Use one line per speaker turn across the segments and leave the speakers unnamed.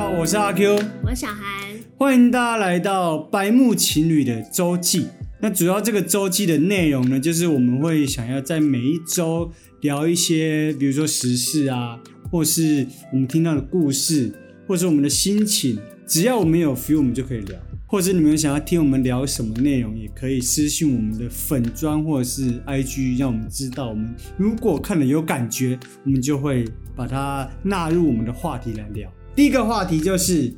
哦我是阿 Q，
我小韩，
欢迎大家来到白木情侣的周记。那主要这个周记的内容呢，就是我们会想要在每一周聊一些，比如说时事啊，或是我们听到的故事，或是我们的心情，只要我们有 feel，我们就可以聊。或者你们想要听我们聊什么内容，也可以私信我们的粉砖或者是 IG，让我们知道。我们如果看了有感觉，我们就会把它纳入我们的话题来聊。第一个话题就是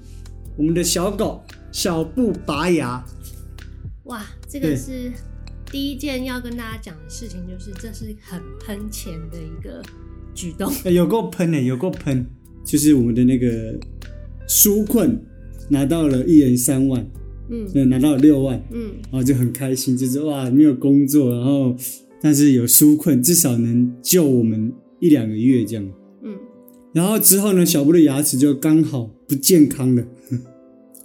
我们的小狗小布拔牙，
哇，这
对
个是第一件要跟大家讲的事情，就是这是很喷钱的一个举 动。
呃有够喷的，有够喷，就是我们的那个纾困拿到了一人三万，
嗯
呃，拿到了六万，
嗯，
然后就很开心，就是哇，没有工作，然后但是有纾困，至少能救我们一两个月这样。
嗯，
然后之后呢，小布的牙齿就刚好不健康了，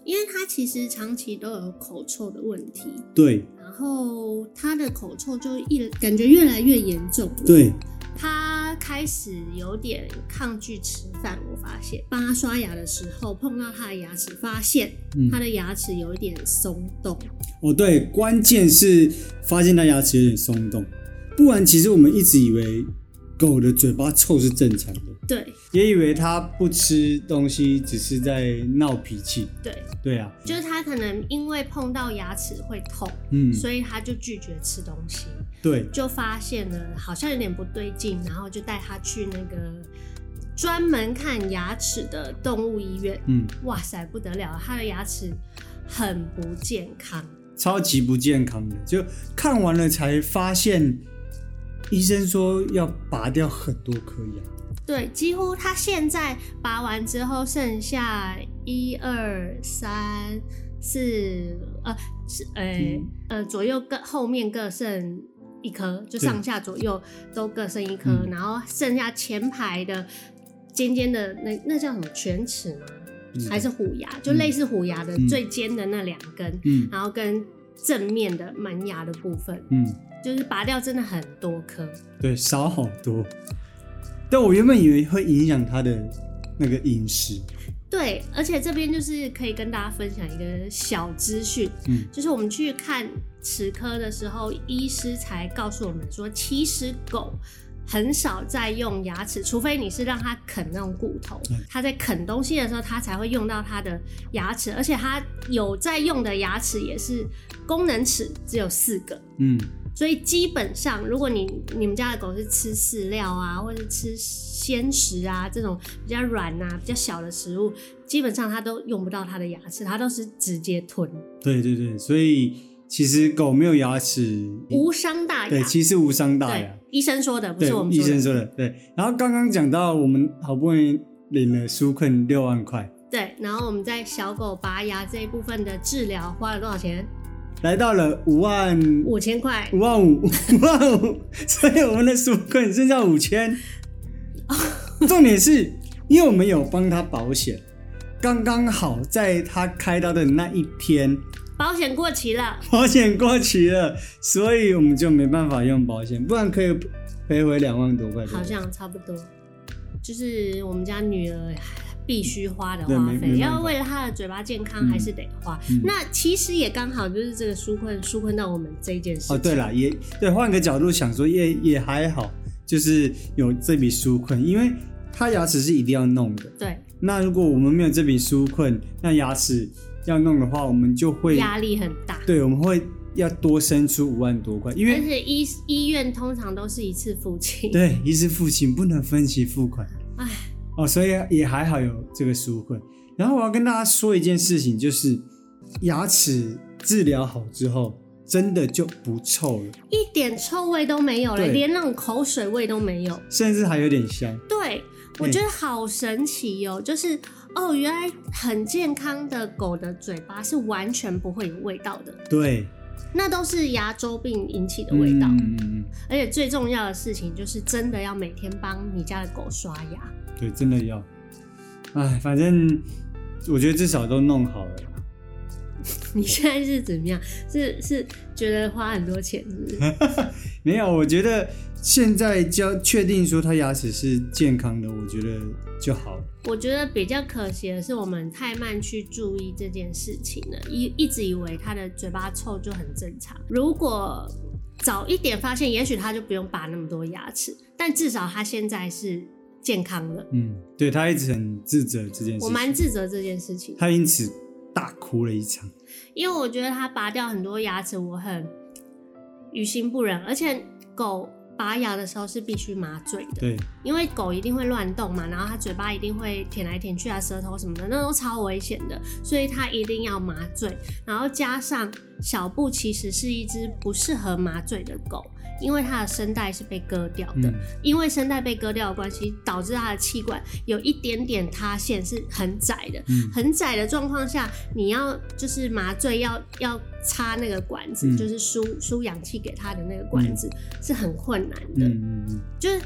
因为他其实长期都有口臭的问题，
对
然后他的口臭就一感觉越来越严重了。
对，
他开始有点抗拒吃饭，我发现帮他刷牙的时候碰到他的牙齿，发现
嗯
他的牙齿有一点松动。
哦，对，关键是发现它牙齿有点松动，不然其实我们一直以为狗的嘴巴臭是正常的，
对
也以为它不吃东西只是在闹脾气。
对，
对啊，
就是他可能因为碰到牙齿会痛，
嗯，
所以他就拒绝吃东西，
对
就发现了好像有点不对劲，然后就带他去那个专门看牙齿的动物医院。
嗯，
哇塞，不得了，啊他的牙齿很不健康。
超级不健康的，就看完了才发现，医生说要拔掉很多颗牙。
对，几乎他现在拔完之后，剩下一二三四，呃，是，呃、
嗯
呃，左右各后面各剩一颗，就
对
上下左右都各剩一颗，
嗯
然后剩下前排的尖尖的那那叫什么犬齿吗？
不知道
还是虎牙？就类似虎牙的
嗯
最尖的那两根，
嗯
然后跟正面的门牙的部分，
嗯，
就是拔掉真的很多颗。
对，少好多。但我原本以为会影响它的那个饮食，
对，而且这边就是可以跟大家分享一个小资讯，
嗯
就是我们去看齿科的时候，医师才告诉我们说，其实狗很少在用牙齿，除非你是让它啃那种骨头
嗯，
它在啃东西的时候，它才会用到它的牙齿，而且它有在用的牙齿也是功能齿，只有四个。
嗯，
所以基本上，如果你你们家的狗是吃饲料啊，或者吃鲜食啊这种比较软啊、比较小的食物，基本上它都用不到它的牙齿，它都是直接吞，
对对对，所以其实狗没有牙齿，
无伤大雅。
对，其实无伤大
对
雅。
医生说的，不
对
是我，们
医
说
生
的。
说的对。然后刚刚讲到，我们好不容易领了纾困六万块，
对，然后我们在小狗拔牙这一部分的治疗花了多少钱？
来到了五万
五千块
五，万五五万五，所以我们的纾困剩下五千。重点是，因为我们有帮他保险，刚刚好在他开刀的那一天，
保险过期了。
保险过期了，所以我们就没办法用保险，不然可以赔回两万多块。对不对
好像差不多，就是我们家女儿必须花的
对
花
没没
费，
办
要
法
为了她的嘴巴健康
嗯
还是得花。
嗯
那其实也刚好就是这个纾困纾困到我们这一件事情。
哦，对了，也对，换个角度想说也也还好，就是有这笔纾困，因为他牙齿是一定要弄的。
对
那如果我们没有这笔纾困，那牙齿要弄的话，我们就会
压力很大，
对，我们会要多生出五万多块，因
但
为
是医医院通常都是一次付清。
对，一是付清不能分期付款啊
唉，
哦，所以也还好有这个纾困。然后我要跟大家说一件事情，就是牙齿治疗好之后，真的就不臭了，
一点臭味都没有了，
对
连那种口水味都没有。
甚至还有点香。
对，我觉得好神奇哦，就是哦，原来很健康的狗的嘴巴是完全不会有味道的，
对，
那都是牙周病引起的味道。
嗯嗯嗯，
而且最重要的事情就是，真的要每天帮你家的狗刷牙。
对，真的要。哎，反正我觉得至少都弄好了啦，
你现在是怎么样？是是觉得花很多钱是不是？
没有，我觉得现在就确定说他牙齿是健康的，我觉得就好了。
我觉得比较可惜的是，我们太慢去注意这件事情了，一一直以为他的嘴巴臭就很正常。如果早一点发现，也许他就不用拔那么多牙齿，但至少他现在是健康的。
嗯，对他一直很自责这件事
我
情，
蛮自责这件事情，
他因此大哭了一场。
因为我觉得他拔掉很多牙齿，我很于心不忍。而且狗拔牙的时候是必须麻醉的，
对，
因为狗一定会乱动嘛，然后它嘴巴一定会舔来舔去啊，舌头什么的，那都超危险的，所以它一定要麻醉。然后加上小布其实是一只不适合麻醉的狗，因为它的声带是被割掉的，
嗯，
因为声带被割掉的关系，导致它的气管有一点点塌陷，是很窄的。
嗯
很窄的状况下，你要就是麻醉要要插那个管子，
嗯
就是输输氧气给它的那个管子、是很困难的。
嗯嗯嗯，
就是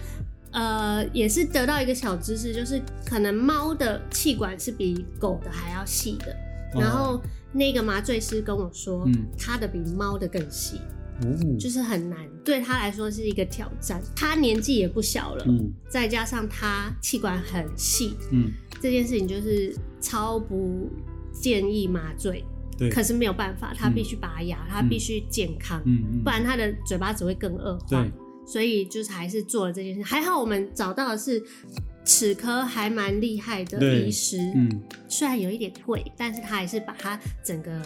呃，也是得到一个小知识，就是可能猫的气管是比狗的还要细的。
哦
然后那个麻醉师跟我说，
嗯
它的比猫的更细，
哦，
就是很难，对他来说是一个挑战。他年纪也不小了，
嗯
再加上他气管很细，
嗯，
这件事情就是超不建议麻醉。
对，
可是没有办法，他
嗯
必须拔牙，他
嗯
必须健康，
嗯嗯，
不然他的嘴巴只会更恶化
对。，
所以就是还是做了这件事。还好我们找到的是齿科还蛮厉害的
对
医师，
嗯
虽然有一点贵，但是他还是把他整个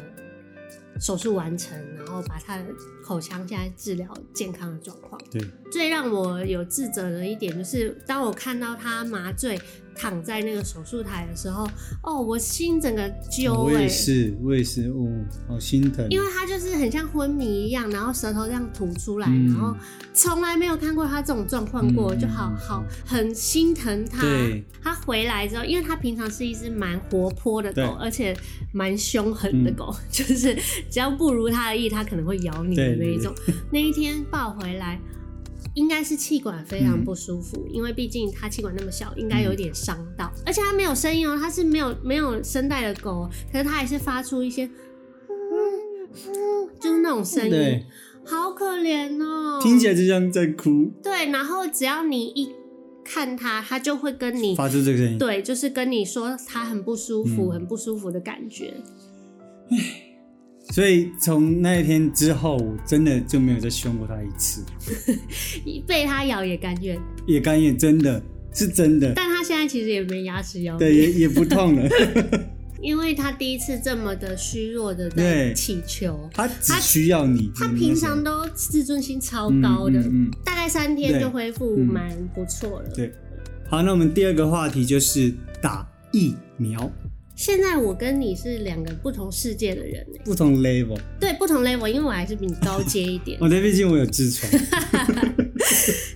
手术完成，然后把他的口腔现在治疗健康的状况。
对，
最让我有自责的一点就是，当我看到他麻醉躺在那个手术台的时候，哦，我心整个揪
嗯我
哎、
也是，我也是，哦，好心疼，
因为他就是很像昏迷一样，然后舌头这样吐出来，
嗯
然后从来没有看过他这种状况过，
嗯
就好好很心疼他
对。
他回来之后，因为他平常是一只蛮活泼的
对嗯
狗，而且蛮凶狠的狗， 就是只要不如他的意，他可能会咬你的那一种。 那一天抱回来。应该是气管非常不舒
嗯
服，因为毕竟它气管那么小，应该有点伤到。而且它没有声音哦，它是没有没有声带的狗哦，可是它还是发出一些，嗯就是那种声音
对，，
好可怜哦。
听起来就像在哭，
对，然后只要你一看它，它就会跟你
发出这个声音，
对，就是跟你说它很不舒服，
嗯
很不舒服的感觉。
所以从那一天之后，我真的就没有再凶过他一次，
被它咬也甘愿，
也甘愿，真的是真的，
但它现在其实也没牙齿咬
对，
你，
也也不痛 了，
因为它第一次这么的虚弱的在
对
祈求。
他只需要你，
它
你
平
那时候
常都自尊心超高的，
嗯嗯嗯
大概三天
对
就恢复
嗯
蛮不错了。
对。好，那我们第二个话题就是打疫苗，
现在我跟你是两个不同世界的人欸、
不同 level。
对，不同 level，因为我还是比你高阶一 点
我。的毕竟我有痔疮，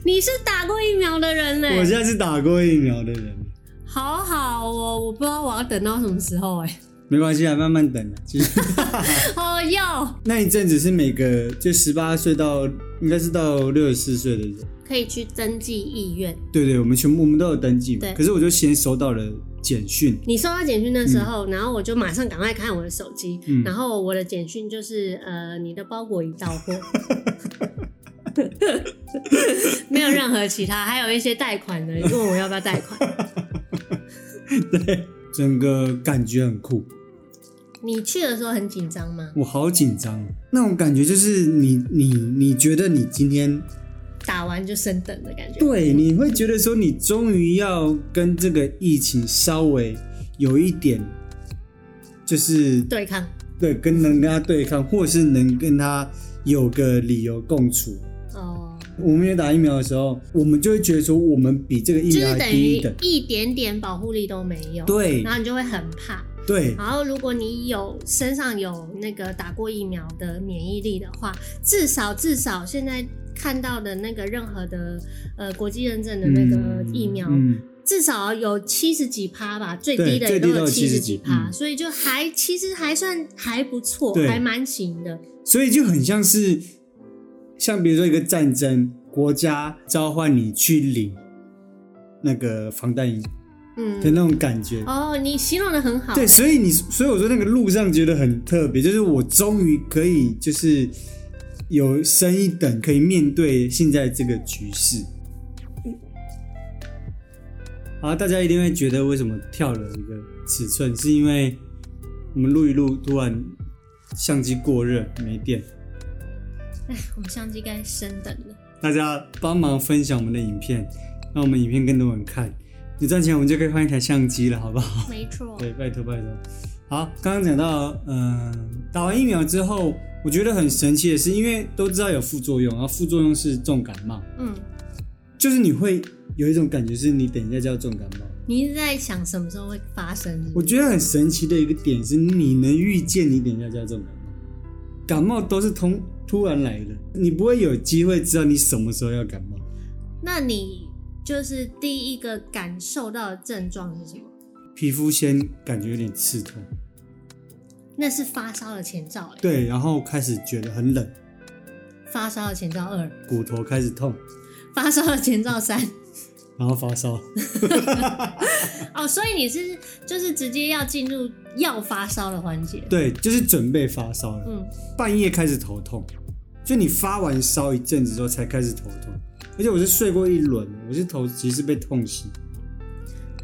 你是打过疫苗的人欸嘞、
我现在是打过疫苗的人，
好好哦，我不知道我要等到什么时候哎、
没关系啊，慢慢等啊。其实
哦哟，
那一阵子是每个就十八岁到应该是到六十四岁的人，
可以去登记意愿。
对对，我们全部我们都有登记嘛
对。
可是我就先收到了简讯，
你收到简讯的时候，然后我就马上赶快看我的手机，
嗯
然后我的简讯就是呃，你的包裹已到 货，没有任何其他，还有一些贷款的，问我要不要贷款。
整个感觉很酷，
你去的时候很紧张吗？
我好紧张哦，那种感觉就是你你你觉得你今天
打完就升等的感觉。
对，你会觉得说你终于要跟这个疫情稍微有一点，就是
对抗。
对跟能跟他对抗，或是能跟他有个理由共处。
哦，
我们也打疫苗的时候，我们就会觉得说我们比这个疫
就
苗还
是等
低一
于
等。
一点点保护力都没有，
对
然后你就会很怕。
对
然后如果你有身上有那个打过疫苗的免疫力的话，至少至少现在看到的那个任何的呃国际认证的那个
嗯
疫苗，
嗯，
至少有七十几趴吧，最低
对
的也
最低
都
都有
七十
70几
几趴，
嗯
所以就还其实还算还不错，
对
还蛮行的。
所以就很像是，像比如说一个战争，国家召唤你去领那个防弹衣，
嗯
的那种感觉。
哦，你形容的很好。
对，所以你，所以我说那个路上觉得很特别，就是我终于可以就是有升一等，可以面对现在这个局势。好，大家一定会觉得为什么跳了一个尺寸，是因为我们录一录，突然相机过热没电。
哎，我们相机该升等了。
大家帮忙分享我们的影片，让我们影片更多人看。你赚钱，我们就可以换一台相机了，好不好？
没错，
对，拜托拜托。好，刚刚讲到，嗯、打完疫苗之后，我觉得很神奇的是，因为都知道有副作用，然后副作用是重感冒，
嗯，
就是你会有一种感觉是你等一下就要重感冒。
你一直在想什么时候会发生是
我
不是
觉得很神奇的一个点是，你能预见你等一下就要重感冒，感冒都是通突然来的，你不会有机会知道你什么时候要感冒。
那你就是第一个感受到的症状是什么？
皮肤先感觉有点刺痛，
那是发烧的前兆、欸，
对，然后开始觉得很冷，
发烧的前兆二，
骨头开始痛，
发烧的前 兆三。
然后发烧。
哦，所以你是就是直接要进入要发烧的环节。
对，就是准备发烧了，
嗯，
半夜开始头痛，就你发完烧一阵子之后才开始头痛，而且我是睡过一轮，我是头其实被痛醒，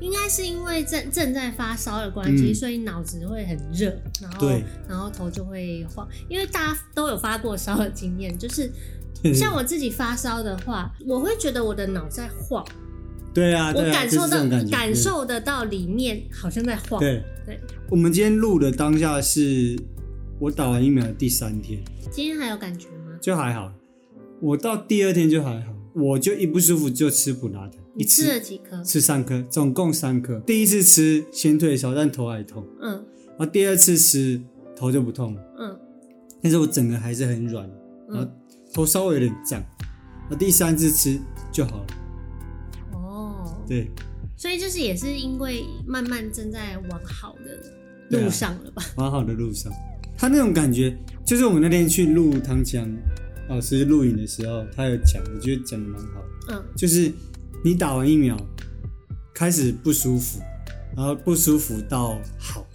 应该是因为正正在发烧的关系，
嗯
所以脑子会很热，然后
对
然后头就会晃。因为大家都有发过烧的经验， 就是
对
像我自己发烧的话，我会觉得我的脑在晃，
对啊，
我
对啊
感受
就是这
到
种感觉
感受得到里面好像在晃。
对。
对
我们今天录的当下是我打完疫苗的第三天，
今天还有感觉吗？
就还好，我到第二天就还好，我就一不舒服就吃普拉疼，
你
一
吃
次
了几颗？
吃三颗，总共三颗。第一次吃先退烧，但头还痛，
嗯
然后第二次吃头就不痛了，
嗯
但是我整个还是很软，然后
嗯。
头稍微有点胀。然后第三次吃就好了。
哦，
对，
所以就是也是因为慢慢正在往好的
对
路
啊
上了吧？
蛮好的路上，他那种感觉就是我们那天去录汤江老师录影的时候，他有讲，我觉得讲的蛮好的。
嗯
就是你打完疫苗开始不舒服，然后不舒服到好，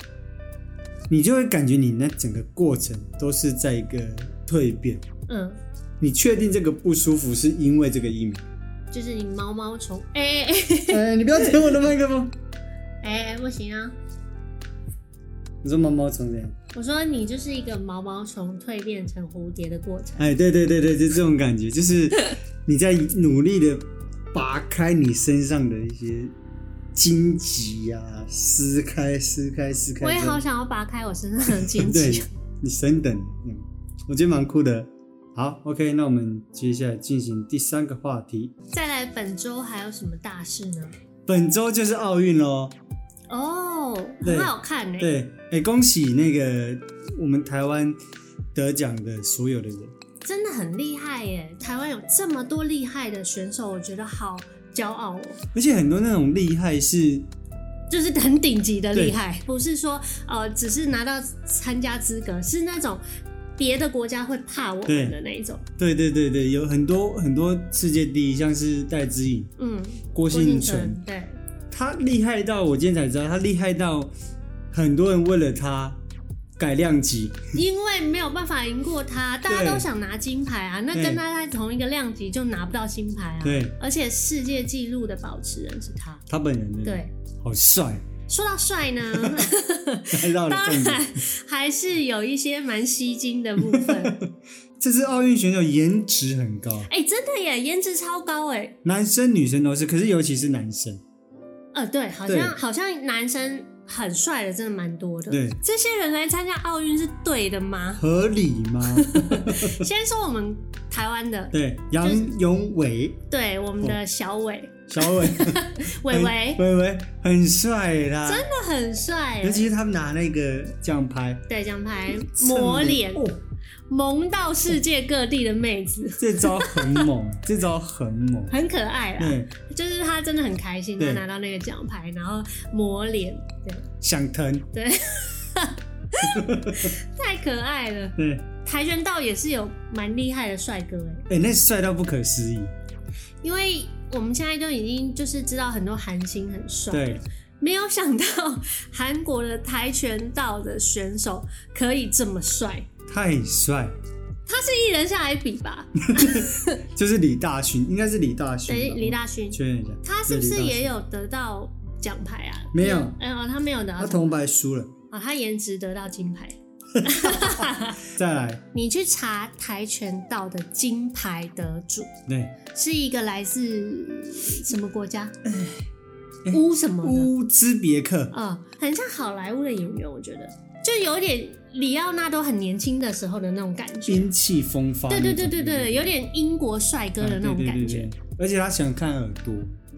你就会感觉你那整个过程都是在一个蜕变。
嗯，
你确定这个不舒服是因为这个疫苗？
就是你毛毛虫，哎、哎
哎，你不要舔我的麦克风！
哎、哎不行啊！
你说毛毛虫这样？
我说你就是一个毛毛虫蜕变成蝴蝶的过程。
哎，对对对对，就这种感觉，就是你在努力的拔开你身上的一些荆棘啊，撕开、撕开、撕开。
我也好想要拔开我身上的荆
对
棘。，
你升等，嗯，我觉得蛮酷的。好，OK，那我们接下来进行第三个话题。
再来，本周还有什么大事呢？
本周就是奥运喽，
哦，
对
很好看哎、
对，哎、恭喜那个我们台湾得奖的所有的人，
真的很厉害耶、台湾有这么多厉害的选手，我觉得好骄傲哦、
而且很多那种厉害是，
就是很顶级的厉害，不是说呃只是拿到参加资格，是那种别的国家会怕我们的那一种。
对对对对，有很多很多世界第一，像是戴资颖、
嗯，
郭
幸
幸存，
对，
他厉害到我今天才知道，他厉害到很多人为了他改量级，
因为没有办法赢过他，大家都想拿金牌啊，那
对
跟他在同一个量级就拿不到金牌啊。
对
而且世界纪录的保持人是他。
他本人的，，
对，
好帅，
说到帅呢，
来到了
当
重点。
然还是有一些蛮吸睛的部 分。
这次奥运选手颜值很高，
哎、真的耶，颜值超高哎。
男生女生都是，可是尤其是男生，
呃，对，好
对
像好像男生很帅的真的蛮多的。
对，
这些人来参加奥运是对 的吗？
合理吗？
先说我们台湾的，
对，杨永伟、
对我们
哦
的小伟，
小伟、
伟 伟
伟伟很帅啦，
真的很帅
尤
欸，
其是他们拿那个奖牌
对奖牌抹脸，
哦，
萌到世界各地的妹子，
这招很 猛，这招很猛。
很可爱啦。
对，
就是他真的很开心，他
对
拿到那个奖牌，然后抹脸，对，
想疼，
太可爱了。
对，
跆拳道也是有蛮厉害的帅哥哎。
哎，那帅到不可思议，
因为我们现在都已经就是知道很多韩星很帅，
对，
没有想到韩国的跆拳道的选手可以这么帅，
太帅，
他是一人下来比 吧？
就是李大勋，应该是李大勋吧，
对，李大勋
我，确认一下，
他是不是
李大勋
也有得到奖牌啊？
没有
哎呦，他没有得到
他铜牌输了？
啊，他颜值得到金牌。
再来，
你去查跆拳道的金牌得主
对，
是一个来自什么国家？乌什么的？
乌兹别克，
啊、很像好莱坞的演员，我觉得就有点里奥纳多很年轻的时候的那种感觉。
英气风发那
对
种，
对对对对，有点英国帅哥
啊，
的那种
对对
感
对
觉。
对而且他喜欢看耳朵，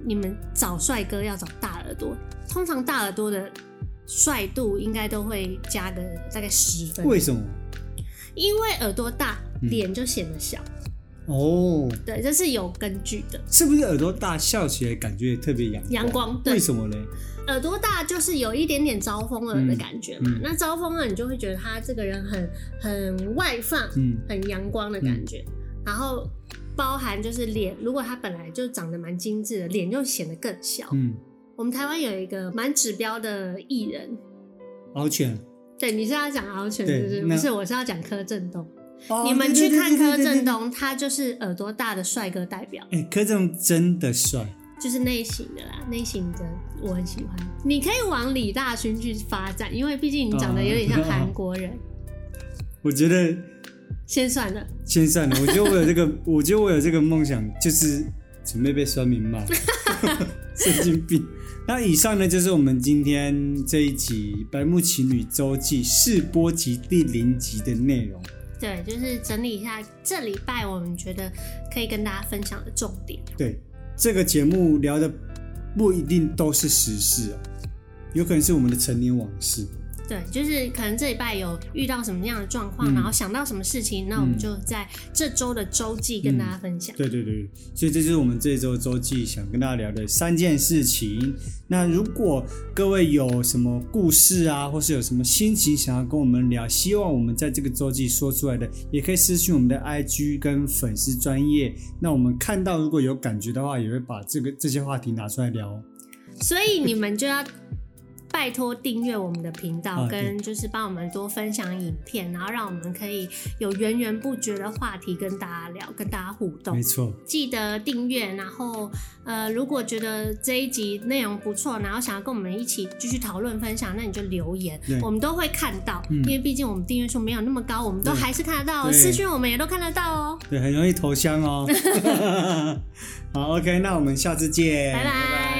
你们找帅哥要找大耳朵，通常大耳朵的帅度应该都会加个大概十分，
为什么？
因为耳朵大，
嗯
脸就显得小。
哦，
对，这是有根据的。
是不是耳朵大，笑起来感觉特别阳光？
阳光对
为什么呢？
耳朵大就是有一点点招风耳的感觉嘛。
嗯嗯
那招风耳，你就会觉得他这个人很很外放，
嗯，
很阳光的感觉。然后包含就是脸，如果他本来就长得蛮精致的，脸就显得更小。
嗯，
我们台湾有一个蛮指标的艺人，
敖犬，
对，你是要讲敖犬
对
是不是？
那
不是，我是要讲柯震东。
哦
你们去看柯
对
震。
对对对对
东，他就是耳朵大的帅哥代表，
哎，柯震东真的帅，
就是类型的啦，类型的我很喜欢。你可以往李大勋去发展，因为毕竟你长得有点像
哦
韩国人。
我觉得
先算了，
先算了，我觉得我有这个，我觉得我有这个梦想，就是准备被酸民骂， 神经病。那以上呢，就是我们今天这一集《白木奇女周记》试播集第零集的内容。
对，就是整理一下这礼拜我们觉得可以跟大家分享的重点。
对，这个节目聊的不一定都是时事啊，有可能是我们的陈年往事。
对，就是可能这礼拜有遇到什么样的状况，
嗯
然后想到什么事情，那我们就在这周的周记跟大家分享。
对对对，所以这就是我们这周周记想跟大家聊的三件事情。那如果各位有什么故事啊，或是有什么心情想要跟我们聊，希望我们在这个周记说出来的，也可以私信我们的 IG 跟粉丝专业。那我们看到如果有感觉的话，也会把这个这些话题拿出来聊哦。
所以你们就要拜托订阅我们的频道，
啊对
跟就是帮我们多分享影片，然后让我们可以有源源不绝的话题跟大家聊，跟大家互动
没。错，
记得订阅，然后呃，如果觉得这一集内容不错，然后想要跟我们一起继续讨论分享，那你就留言
对，
我们都会看到，
嗯
因为毕竟我们订阅数没有那么高，我们都
对
还是看得到哦，
对
私讯我们也都看得到哦，
对，很容易投降哦。好，OK，那我们下次见，
拜拜